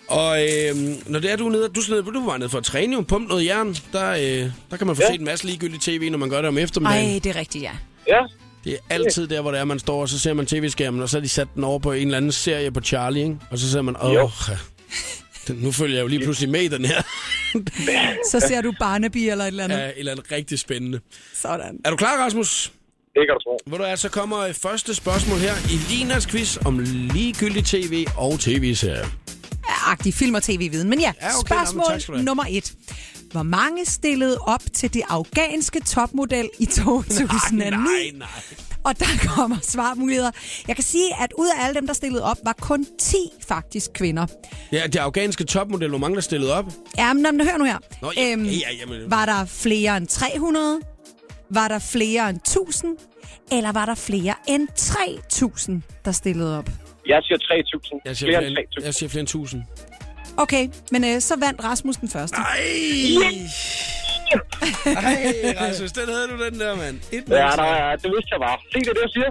A: Og øh, når det er, du er nede, du, er nede, du var nede for at træne, jo, pumpe noget jern, der, øh, der kan man få ja. set en masse ligegyldigt tv, når man gør det om eftermiddagen.
B: Ej, det er rigtigt, ja.
J: Ja.
A: Det er altid der, hvor det er, man står, og så ser man tv-skærmen, og så har de sat den over på en eller anden serie på Charlie, ikke? Og så ser man, åh,
J: Jo.
A: den- nu følger jeg jo lige pludselig med i den her.
B: Så ser du Barnaby eller et eller andet.
A: Ja, et eller andet rigtig spændende.
B: Sådan.
A: Er du klar, Rasmus?
J: Det kan du tro.
A: Hvor du er, så kommer øh, første spørgsmål her i Linas quiz om ligegyldig tv og tv-serier.
B: Agtig film og tv-viden. Men ja,
A: Ja, okay, nå, men tak skal du
B: spørgsmål
A: have.
B: nummer et. Hvor mange stillede op til det afghanske topmodel i 2009?
A: Nej, nej.
B: Og der kommer svarmuligheder. Jeg kan sige, at ud af alle dem, der stillede op, var kun 10 faktisk kvinder.
A: Ja, det afghanske topmodel, hvor mange der stillede op?
B: Ja, men, men hør nu her. Øhm,
A: Nå, ja, ja, ja, jamen.
B: Var der flere end 300? Var der flere end 1000? Eller var der flere end 3000, der stillede op?
J: Jeg siger 3.000.
A: Jeg siger
J: Flere
A: flere,
J: end
A: end,
J: 3.000.
A: jeg siger flere end tusind.
B: Okay, men øh, så vandt Rasmus den første.
A: Ej! Ej, Rasmus, den havde du, den der, mand. Et
J: Ja,
A: menneske.
J: der er, det vidste jeg bare. Se det, er det jeg siger.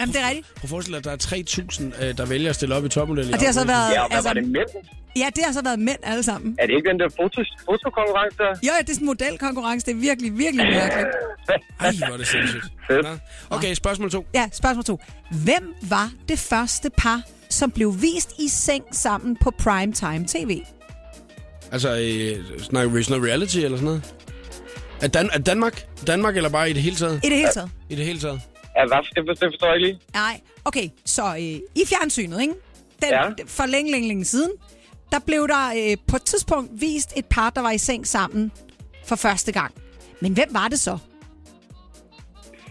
B: Jamen, det er rigtigt.
A: Prøv at forestille dig, at der er 3.000, øh, der vælger at stille op i topmodel. i
B: Og det har så
A: afghanske.
B: været,
J: Ja, og hvad
B: altså,
J: var det mænd?
B: ja, det har så været mænd alle sammen.
J: Er det ikke den der fotos, fotokonkurrence der?
B: Jo, ja, det er sådan en modelkonkurrence. Det er virkelig, virkelig mærkeligt.
A: Ej, hvor er det sindssygt.
J: Fedt.
A: Nå. Okay, spørgsmål to.
B: Ja, spørgsmål to. Hvem var det første par, som blev vist i seng sammen på primetime tv?
A: Altså, øh, snakker vi sådan noget reality eller sådan noget? Er, Dan- er Danmark? Danmark eller bare i det hele taget?
B: I det hele taget?
A: I det hele taget.
J: Ja, hvad? Det, for- det forstår jeg ikke lige.
B: Nej, okay, så øh, i fjernsynet, ikke? Den, ja.
J: Ja.
B: For længe, længe, længe siden, der blev der øh, på et tidspunkt vist et par, der var i seng sammen for første gang. Men hvem var det så?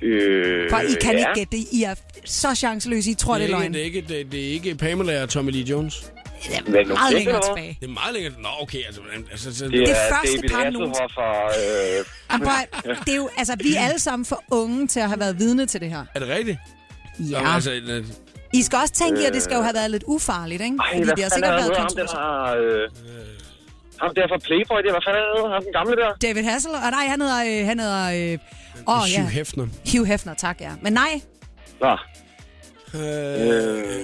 J: Øh,
B: For I kan
J: ja.
B: ikke gætte det. I er så chanceløse. I tror, det er
A: det, er
B: løgn.
A: ikke, det, er ikke, det, det er ikke Pamela og Tommy Lee Jones.
J: Men nu
B: Meget
J: gætter
B: længere
J: jeg.
B: tilbage.
A: Det er meget længere. Nå, okay. Altså, hvordan- altså, så,
J: Det
B: Det
J: er
B: første
J: David
B: par nogensinde.
J: Hasselhoff og... Øh,
B: Jamen, prøv at- det er jo, altså, vi er alle sammen for unge til at have været vidne til det her.
A: er det rigtigt?
B: Ja.
A: Nå, altså, øh,
B: I skal også tænke i, at det skal jo have været lidt ufarligt, ikke?
J: ej,
B: Fordi
J: hvad
B: det har
J: fanden
B: sikkert
J: er
B: været
J: det, ham der
B: kontroversielt.
J: har... Øh, ham der fra Playboy, det er, hvad fanden er det, ham den gamle der?
B: David Hassel, og nej, han hedder... Øh, han hedder øh, åh,
A: Hugh
B: ja.
A: Hefner.
B: Hugh Hefner, tak, ja. Men nej,
J: Nå,
A: Øh,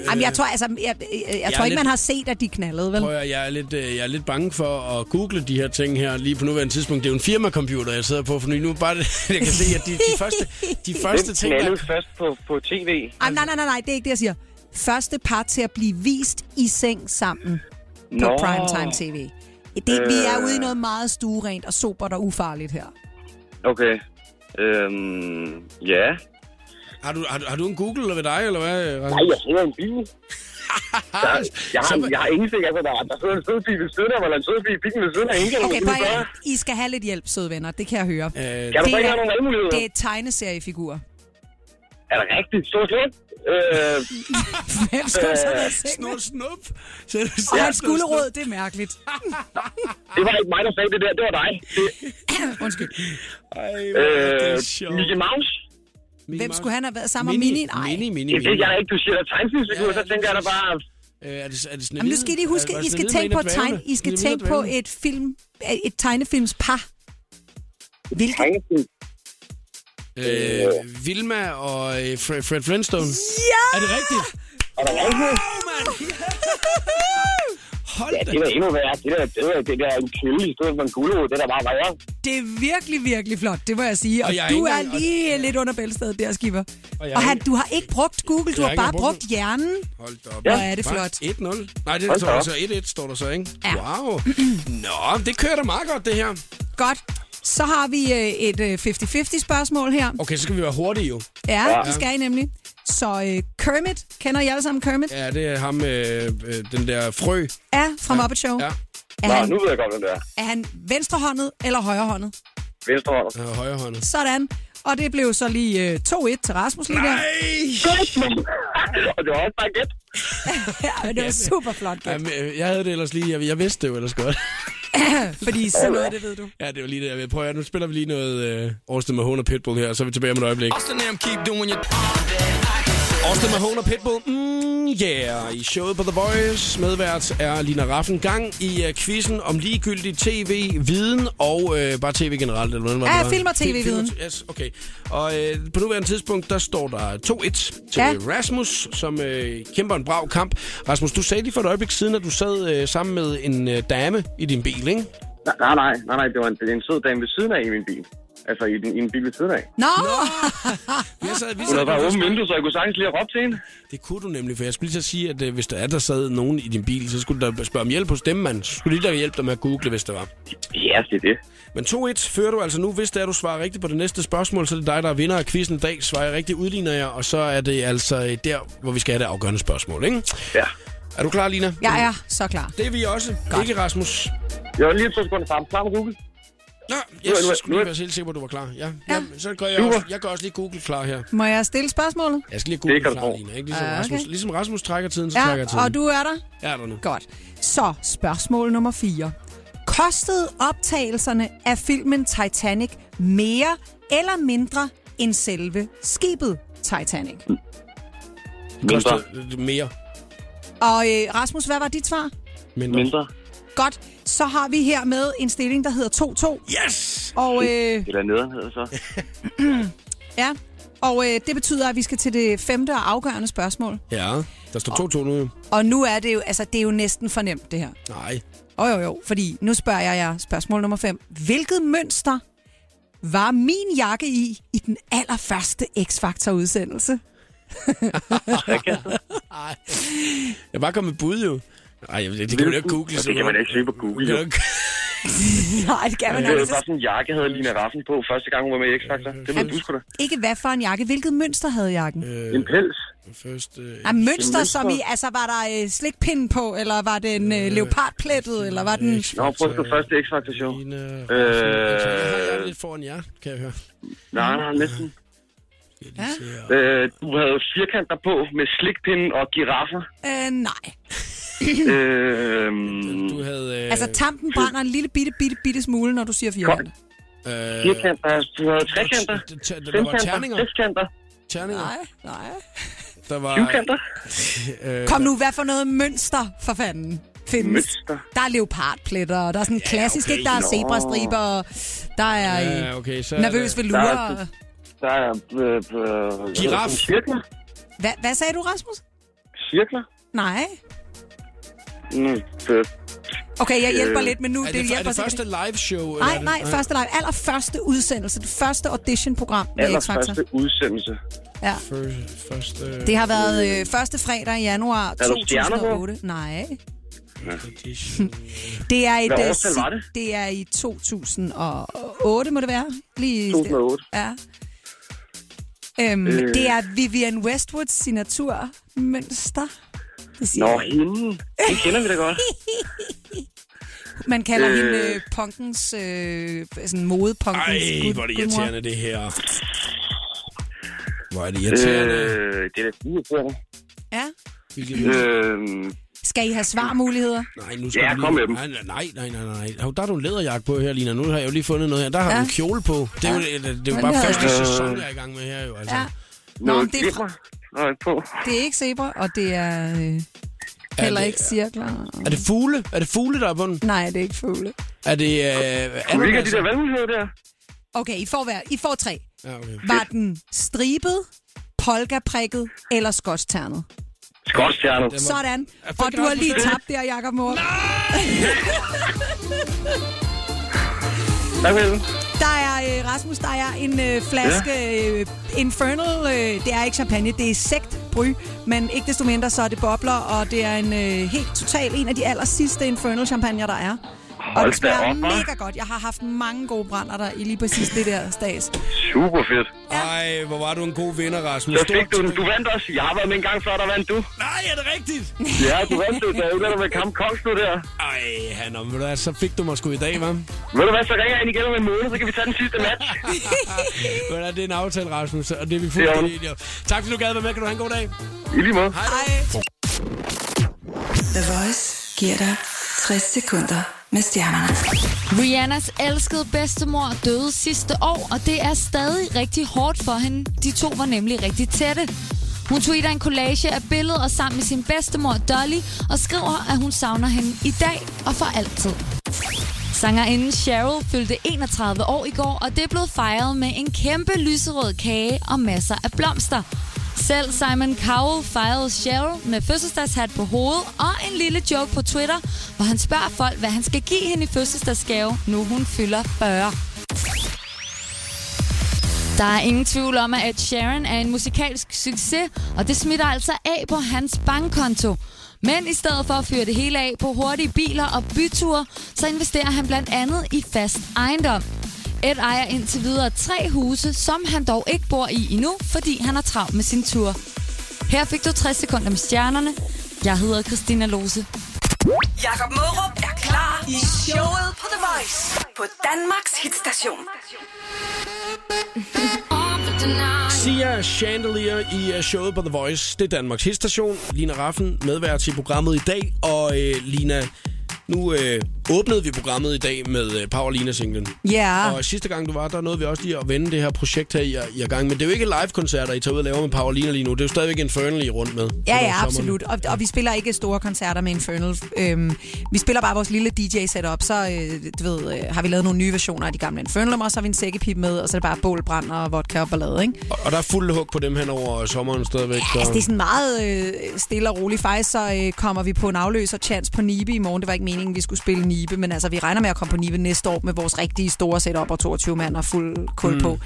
B: Jamen, jeg tror, altså, jeg, jeg, jeg, jeg
A: er
B: tror ikke,
A: lidt-
B: man har set, at de knaldede, vel?
A: prøv at, jeg, er lidt, øh, jeg er lidt bange for at google de her ting her lige på nuværende tidspunkt. Det er jo en firmacomputer, jeg sidder på, for nu er bare det, jeg kan se, at de, de første, de første
J: hvem
A: ting, der...
J: knaldede først på, på tv?
B: Ej, nej, nej, nej, nej, det er ikke det, jeg siger. Første par til at blive vist i seng sammen på
J: Nå.
B: primetime tv. Det, vi er ude i noget meget stuerent og sobert og ufarligt her.
J: Okay. Øhm, ja.
A: Har du, har, du- har du en Google ved dig, eller hvad? Rasmus?
J: Nej, jeg sidder i en bil. Jeg, jeg, har, jeg har ingen ting, altså, der, der sidder en sød pige ved siden af mig, eller en sød pige i bilen ved siden af en. eller
B: Okay,
J: hvad skal vi
B: bare,
J: gøre?
B: I skal have lidt hjælp, søde venner. Det kan jeg høre.
A: Øh,
J: Kan du så
B: Det
J: ikke
B: er-
J: have nogle valgmuligheder?
B: Det er tegneseriefigurer.
J: Er det rigtigt? Stort slet? Øh,
B: Hvem skulle så være i seng med?
A: Snup, snup. Så er det
B: Og
A: sådan,
B: hans gulerod, det er mærkeligt.
J: det var ikke mig, der sagde det der. Det var dig. Det,
B: Undskyld.
A: Ej, hvor er
J: øh,
A: det sjovt.
J: Mickey Mouse.
B: Hvem skulle han have været sammen med Mini? Nej.
A: Mini, mini,
J: Det ved
A: mini.
J: jeg ikke. Du siger, der er tegnefilmsfigur,
A: Ja,
J: så
A: ja,
J: tænker jeg da
A: præcis.
J: bare...
A: Øh, er det, er det
B: Jamen, nu skal I lige huske, I skal tænke på et tegn. I skal tænke på et film, et tegnefilmspar. Hvilket?
J: Tegnefilm.
A: Øh, Vilma og øh, Fred, Fred Flintstone.
B: Ja!
A: Er det rigtigt?
J: Er det rigtigt?
A: Hold
J: Ja,
A: da.
J: det er da endnu værre. Det der, det der, det der en kælde i stedet for en gulerod, det er da bare værre.
B: Det er virkelig, virkelig flot, det må jeg sige. Og,
A: Og jeg er
B: du
A: ikke
B: er
A: engang-
B: lige lidt under bælstedet der, Skipper.
A: Og
B: Og,
A: jeg er
B: han,
A: ikke-
B: du har ikke brugt Google, du
A: Jeg har
B: har
A: ikke
B: bare
A: brugt
B: brugt hjernen.
A: Hold da op.
B: Ja. Hvor er det flot.
A: 1-0. Nej, det
J: Hold
A: står
J: da op.
A: altså 1-1, står der så, ikke?
B: Ja.
A: Wow. Nå, det kører da meget godt, det her.
B: Godt. Så har vi øh, et øh, 50-50 spørgsmål her.
A: Okay, så skal vi være hurtige jo.
B: Ja, det skal I nemlig. Så øh, Kermit, kender I alle sammen Kermit?
A: Ja, det er ham, øh, øh, den der frø.
B: Ja, fra Muppet Show.
A: Ja,
B: Er,
J: Nå, nu
B: han,
J: ved jeg godt, hvem det er.
B: er han venstrehåndet eller højrehåndet?
J: Venstre hånd.
A: øh, højre hånd.
B: Sådan. Og det blev så lige øh, 2-1 til Rasmus lige der.
J: Og det var også bare gæt.
B: Ja, det var super flot, Kat.
A: Jamen, øh, jeg havde det ellers lige. Jeg, jeg vidste det jo ellers godt.
B: Fordi sådan noget, det ved du.
A: ja, det var lige det, jeg ved. Prøv at høre, nu spiller vi lige noget øh, Austin Mahone og Pitbull her, og så er vi tilbage om et øjeblik.
F: Austin M keep doing your
I: I can feel
A: Austin Mahone og Pitbull, mm, yeah, i showet på The Voice. Medvært er Lina Raffen. Gang i uh, quizzen om ligegyldig tv-viden og uh, bare tv generelt. Eller hvordan var det,
B: Ja,
A: det var?
B: film og TV-viden.
A: Film og t- Yes, okay. Og uh, på nuværende tidspunkt, der står der 2-1 til
B: Ja.
A: ja. Rasmus, som uh, kæmper en brav kamp. Rasmus, du sagde lige for et øjeblik siden, at du sad uh, sammen med en uh, dame i din bil, ikke?
J: Nej, nej, nej, nej, det var en, det er en sød dame ved siden af i min bil. Altså i, den, i en bil ved siden af.
B: Nå!
A: Jeg sad, vi
J: Hun havde bare
A: og-
J: åbent vindue, så jeg kunne sagtens lige have råbt til hende.
A: Det kunne du nemlig, for jeg skulle lige så sige, at øh, hvis der er, der sad nogen i din bil, så skulle du da spørge om hjælp hos dem, mand. Så skulle de da hjælpe dig med at google, hvis der var.
J: Ja, det er det.
A: Men 2-1 fører du altså nu. Hvis det er, du svarer rigtigt på det næste spørgsmål, så er det dig, der er vinder af quizzen i dag. Svarer jeg rigtigt, udligner jeg, og så er det altså øh, der, hvor vi skal have det afgørende spørgsmål, ikke?
J: Ja.
A: Er du klar, Lina?
B: Jeg er så klar.
A: Det er vi også. Godt. Ikke Rasmus.
J: Jeg var lige to sekunder frem. Klar med Google?
A: Nå,
J: Nu
A: jeg
J: er- nu er-
A: skulle
J: nu er-
A: lige være helt sikker på, at du var klar. Ja, ja. Jamen, så gør jeg,
J: Super.
A: også, jeg gør også lige Google klar her.
B: Må jeg stille spørgsmålet?
A: Jeg skal lige
J: Det kan
A: Google
J: du
A: klar,
J: tro.
A: Lina. Ikke? Ligesom,
B: Ja, Ah, okay.
A: Rasmus, ligesom Rasmus trækker tiden, så
B: Ja,
A: trækker jeg tiden.
B: og du er der?
A: Jeg er der nu.
B: Godt. Så spørgsmål nummer 4. Kostede optagelserne af filmen Titanic mere eller mindre end selve skibet Titanic?
J: Mindre.
A: Koster mere.
B: Og øh, Rasmus, hvad var dit svar?
A: Mindre.
J: Mindre.
B: Godt, så har vi her med en stilling, der hedder 2-2.
A: Yes!
B: Og, øh,
J: Eller nederen hedder det så.
B: ja. og øh, det betyder, at vi skal til det femte og afgørende spørgsmål.
A: Ja, der står 2-2 nu. jo.
B: Og nu er det jo, altså, det er jo næsten fornemt, det her.
A: Nej.
B: Jo, jo, jo, fordi nu spørger jeg jer spørgsmål nummer 5. Hvilket mønster var min jakke i i den allerførste X-Factor-udsendelse?
A: Jeg var kommet med bud jo. Nej, det, det kan man jo ikke google.
J: Det kan man ikke se på Google.
A: Det
J: Jo.
A: er jo ikke-
B: Nej, det kan man
J: Det var
B: altså
J: bare sådan en jakke, havde Lina Raffen på, første gang hun var med i X-Factor. Det ved du sgu da.
B: ikke. Hvad for en jakke? Hvilket mønster havde jakken? Øh,
J: En pels.
A: Først, øh,
B: er mønster, som i, altså var der øh, slikpind på, eller var den øh, leopardplettet, eller var den...
J: Nå, prøv at stå første X-Factor-show.
A: Line, øh,
J: Øh.
A: jeg er lidt foran jer, kan jeg høre.
J: Nej, nej, næsten.
A: Jeg lige ser.
J: Øh, du havde firkanter på med slikpinde og giraffer.
B: Øh, nej.
J: Øh,
A: Du havde... Øh,
B: Altså, tampen brænder en lille bitte, bitte, bitte smule, når du siger firkantet.
A: øh,
J: firkanter, du havde trekanter,
A: t- t- der var
J: femkanter,
A: terninger,
J: sekskanter,
A: terninger.
B: Nej, nej.
A: Der var,
J: syvkanter.
A: øh,
B: Kom nu, hvad for noget mønster, for fanden, findes?
J: Mønster.
B: Der er leopardpletter, og der er sådan ja, klassisk,
A: okay.
B: ikke? Der er
J: Nå.
B: zebrastriber, og der er
A: Ja,
B: øh,
A: okay, så er
B: nervøs
A: der-
B: velure.
J: Der
B: og-
J: er- Der er... Øh, øh,
A: Giraf.
J: Cirkler.
B: Hva, hvad sagde du, Rasmus?
J: Cirkler.
B: Nej.
J: Mm, øh,
B: Okay, jeg hjælper
J: Øh,
B: lidt, men nu...
A: Er det, er
B: hjælper
A: det første live show?
B: Nej, nej, første live. Allerførste udsendelse. Det første audition-program med X-Factor.
J: allerførste udsendelse.
B: Ja.
A: Første, første,
B: Det har været øh, første fredag i januar
J: der stjerner på?
B: 2008. Nej.
A: edition.
B: Det er, et,
J: Hvad
B: øh,
J: årstal
B: si-
J: var det?
B: det er i 2008, må det være. Lige
J: 2008.
B: Ja. Øhm, øh.
J: Øh.
B: Det er Vivian Westwoods signaturmønster. Det siger
J: Nå,
B: jeg.
J: hende. Det kender vi da godt.
B: Man kalder øh.
J: Øh.
B: hende øh, punkens, øh, sådan modepunkens
A: Ej,
B: gud-
A: hvor er det
B: gudmor.
A: irriterende, det her. Hvor er det irriterende.
J: Øh, det er da fire stjerner.
B: Ja. Mm.
A: Hvilket-
J: Øh,
B: Skal I have svarmuligheder?
A: Nej, nu skal
J: Ja,
A: du lige...
J: kom med dem.
A: Nej, nej, nej, nej, nej. Hov, Der har du en læderjakke på her, Lina. Nu har jeg jo lige fundet noget her. Der har
B: Ja.
A: du en kjole på. Det er jo, det, det er jo
B: Men
A: bare
B: det er-
A: første
J: Øh.
A: sæson, jeg er i gang med her jo. Altså.
B: Ja. Nå,
J: noget
B: men det, er fra,
J: glimmer. Nå, på.
B: det er ikke zebra, og det er øh,
A: Er
B: heller
A: det-
B: ikke cirkler.
A: Er det fugle? Er det fugle, der er på den?
B: Nej, det er ikke fugle.
A: Er det... Øh,
J: Hvilke af de
A: ananas?
J: der valgmuligheder der?
B: Okay, I får, hver, I får tre.
A: Ja, okay.
B: Var den stribet, polkaprikket eller skotsternet?
J: Skotstjerner.
A: Den var-
B: Sådan.
A: fik
B: Og
A: jeg
B: du har
A: også
B: lige
A: bestemt.
B: tabt der, Jacob Mohr.
J: Tak for hjælpen.
B: Der er, øh, Rasmus, der er en øh, flaske øh, Infernal. Øh, det er ikke champagne, det er sekt bry. Men ikke desto mindre, så er det bobler, og det er en øh, helt total en af de aller sidste Infernal champagne, der er. Og
J: Hold
B: det
J: da
B: smager
J: op, hva'?
B: mega godt. Jeg har haft mange gode brænder der i lige præcis det der stads.
J: Super fedt.
A: Ej, hvor var du en god vinder, Rasmus.
J: Så fik du den.
A: Stort-
J: Du vandt også. Jeg har været med en gang før, der vandt du.
A: Nej, er det rigtigt?
J: Ja, du vandt du. Der er jo der med Kamp Koks nu der.
A: Ej, han om, ved du hvad, så fik du mig sgu i dag, hva'?
J: Ved du hvad, så ringer jeg ind igen om en måned, så kan vi tage den sidste match.
A: Ved du hvad, det er en aftale, Rasmus, og det er vi
J: Det er
A: fuldstændig
J: ordentligt.
A: enige om. Tak fordi du gad være med. Kan du have en god dag?
J: I lige måde.
C: The Voice giver dig 60 sekunder med stjernerne.
G: Rihannas elskede bedstemor døde sidste år, og det er stadig rigtig hårdt for hende. De to var nemlig rigtig tætte. Hun tweeter en collage af billeder sammen med sin bedstemor Dolly og skriver, at hun savner hende i dag og for altid. Sangerinden Cheryl fyldte 31 år i går, og det er blevet fejret med en kæmpe lyserød kage og masser af blomster. Selv Simon Cowell fejrede Cheryl med fødselsdagshat på hovedet og en lille joke på Twitter, hvor han spørger folk, hvad han skal give hende i fødselsdagsgave, nu hun fylder 40. Der er ingen tvivl om, at Ed Sheeran er en musikalsk succes, og det smitter altså af på hans bankkonto. Men i stedet for at fyre det hele af på hurtige biler og byture, så investerer han blandt andet i fast ejendom. Ed ejer indtil videre tre huse, som han dog ikke bor i endnu, fordi han er travlt med sin tur. Her fik du 60 sekunder med stjernerne. Jeg hedder Christina Lose.
I: Jakob Mørup er klar i showet på The Voice på Danmarks hitstation.
A: Sia Chandelier i øh, showet på The Voice. Det er Danmarks hitstation. Lina Raffen medvært i programmet i dag. Og øh, Lina, nu øh, åbnede vi programmet i dag med øh, Paulina singlen.
B: Ja.
A: Og sidste gang du var der, nåede vi også lige at vende det her projekt her i, i gang. Men det er jo ikke live-koncerter, I tager ud og laver med Paulina lige nu. Det er jo stadigvæk Infernal, I er rundt med.
B: Ja,
A: Under
B: ja,
A: sommeren.
B: absolut. Og, og vi spiller ikke store koncerter med Infernal. Øhm, vi spiller bare vores lille DJ-setup, så øh, du ved, øh, har vi lavet nogle nye versioner af de gamle Infernal, og så har vi en sækkepip med, og så er det bare bålbrænd og vodka og ballade, ikke?
A: Og, og der er fuld hug på dem hen over sommeren stadigvæk. Ja,
B: Altså, det er sådan meget øh, stille og roligt. Faktisk så øh, kommer vi på en afløser chance på Nibe i morgen. Det var ikke meningen, vi skulle spille Nibe, men altså, vi regner med at komme på Nibe næste år med vores rigtige store setup og 22 mand og fuld kul
K: Mm.
B: mm. på.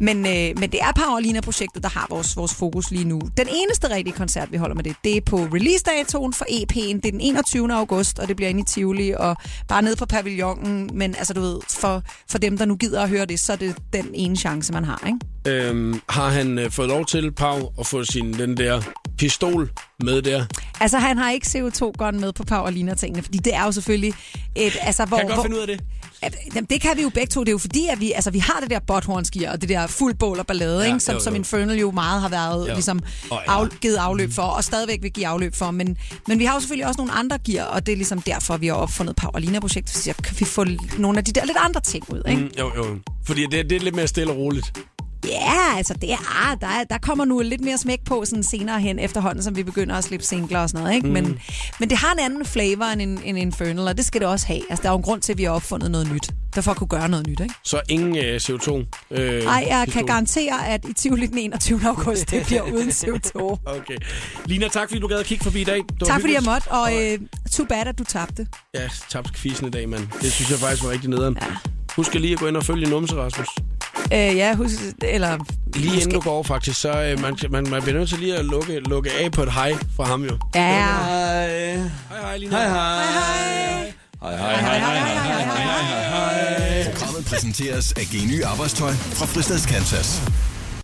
B: Men, øh, men det er Paulina-projektet, der har vores, vores fokus lige nu. Den eneste rigtige koncert, vi holder med det, det er på release-datoen for EP'en. Det er den 21. august, og det bliver inde i Tivoli og bare nede på pavillonen. Men altså, du ved, for, for dem, der nu gider at høre det, så er det den ene chance, man har, ikke?
A: Øhm, har han øh, fået lov til, Pau, at få sin, den der pistol med der?
B: Altså, han har ikke CO2-gun med på Paulina-tingene, fordi det er jo selvfølgelig et... Altså, hvor,
A: Kan jeg godt
B: hvor,
A: finde ud af det?
B: At, jamen, det kan vi jo begge to. Det er jo fordi, at vi, altså, vi har det der botthornsgear og det der fuld bål og ballade,
K: Ja,
B: ja, ikke? Som,
K: jo, jo.
B: som Infernal jo meget har været
K: Jo.
B: jo. ligesom
K: Og
B: af, givet afløb for, og stadigvæk vil give afløb for. Men, men vi har jo selvfølgelig også nogle andre gear, og det er ligesom derfor, vi har opfundet Paulina-projektet. Så kan vi få nogle af de der lidt andre ting ud, ikke?
A: Mm, jo, jo. Fordi det, det er lidt mere stille og roligt.
B: Ja, altså, det er, ah, der, er- der kommer nu lidt mere smæk på sådan senere hen efterhånden, som vi begynder at slippe singler og sådan noget. Ikke? Mm.
A: Mm.
B: Men, men det har en anden flavor end, en, end Infernal, og det skal det også have. Altså, der er jo en grund til, at vi har opfundet noget nyt. Derfor at kunne gøre noget nyt, ikke?
A: Så ingen øh, CO2. Øh,
B: Nej, jeg kan
A: pistol.
B: garantere, at i Tivoli den 21. august, det bliver uden CO2.
A: Okay. Lina, tak fordi du gad at kigge forbi i dag. Det var
B: Tak fordi jeg
A: hyggeligt.
B: måtte, og øh, too bad, at du tabte.
A: Ja, tabt quizzen i dag, mand. Det synes jeg faktisk var rigtig nederen. Ja. Husk lige at gå ind og følge Numse, Rasmus.
B: Øh, ja, husk, eller...
A: Lige inden du går over, faktisk, så øh, man, man, man bliver nødt til lige at lukke, lukke af på et hej fra ham jo.
B: Ja.
E: Hej.
A: Hej, hej, Lina.
E: Hej, hej.
L: Hej, hej, hej, hej, hej, hej, hej, hej. Programmet præsenteres af Geny Arbejdstøj fra Fristads Kansas.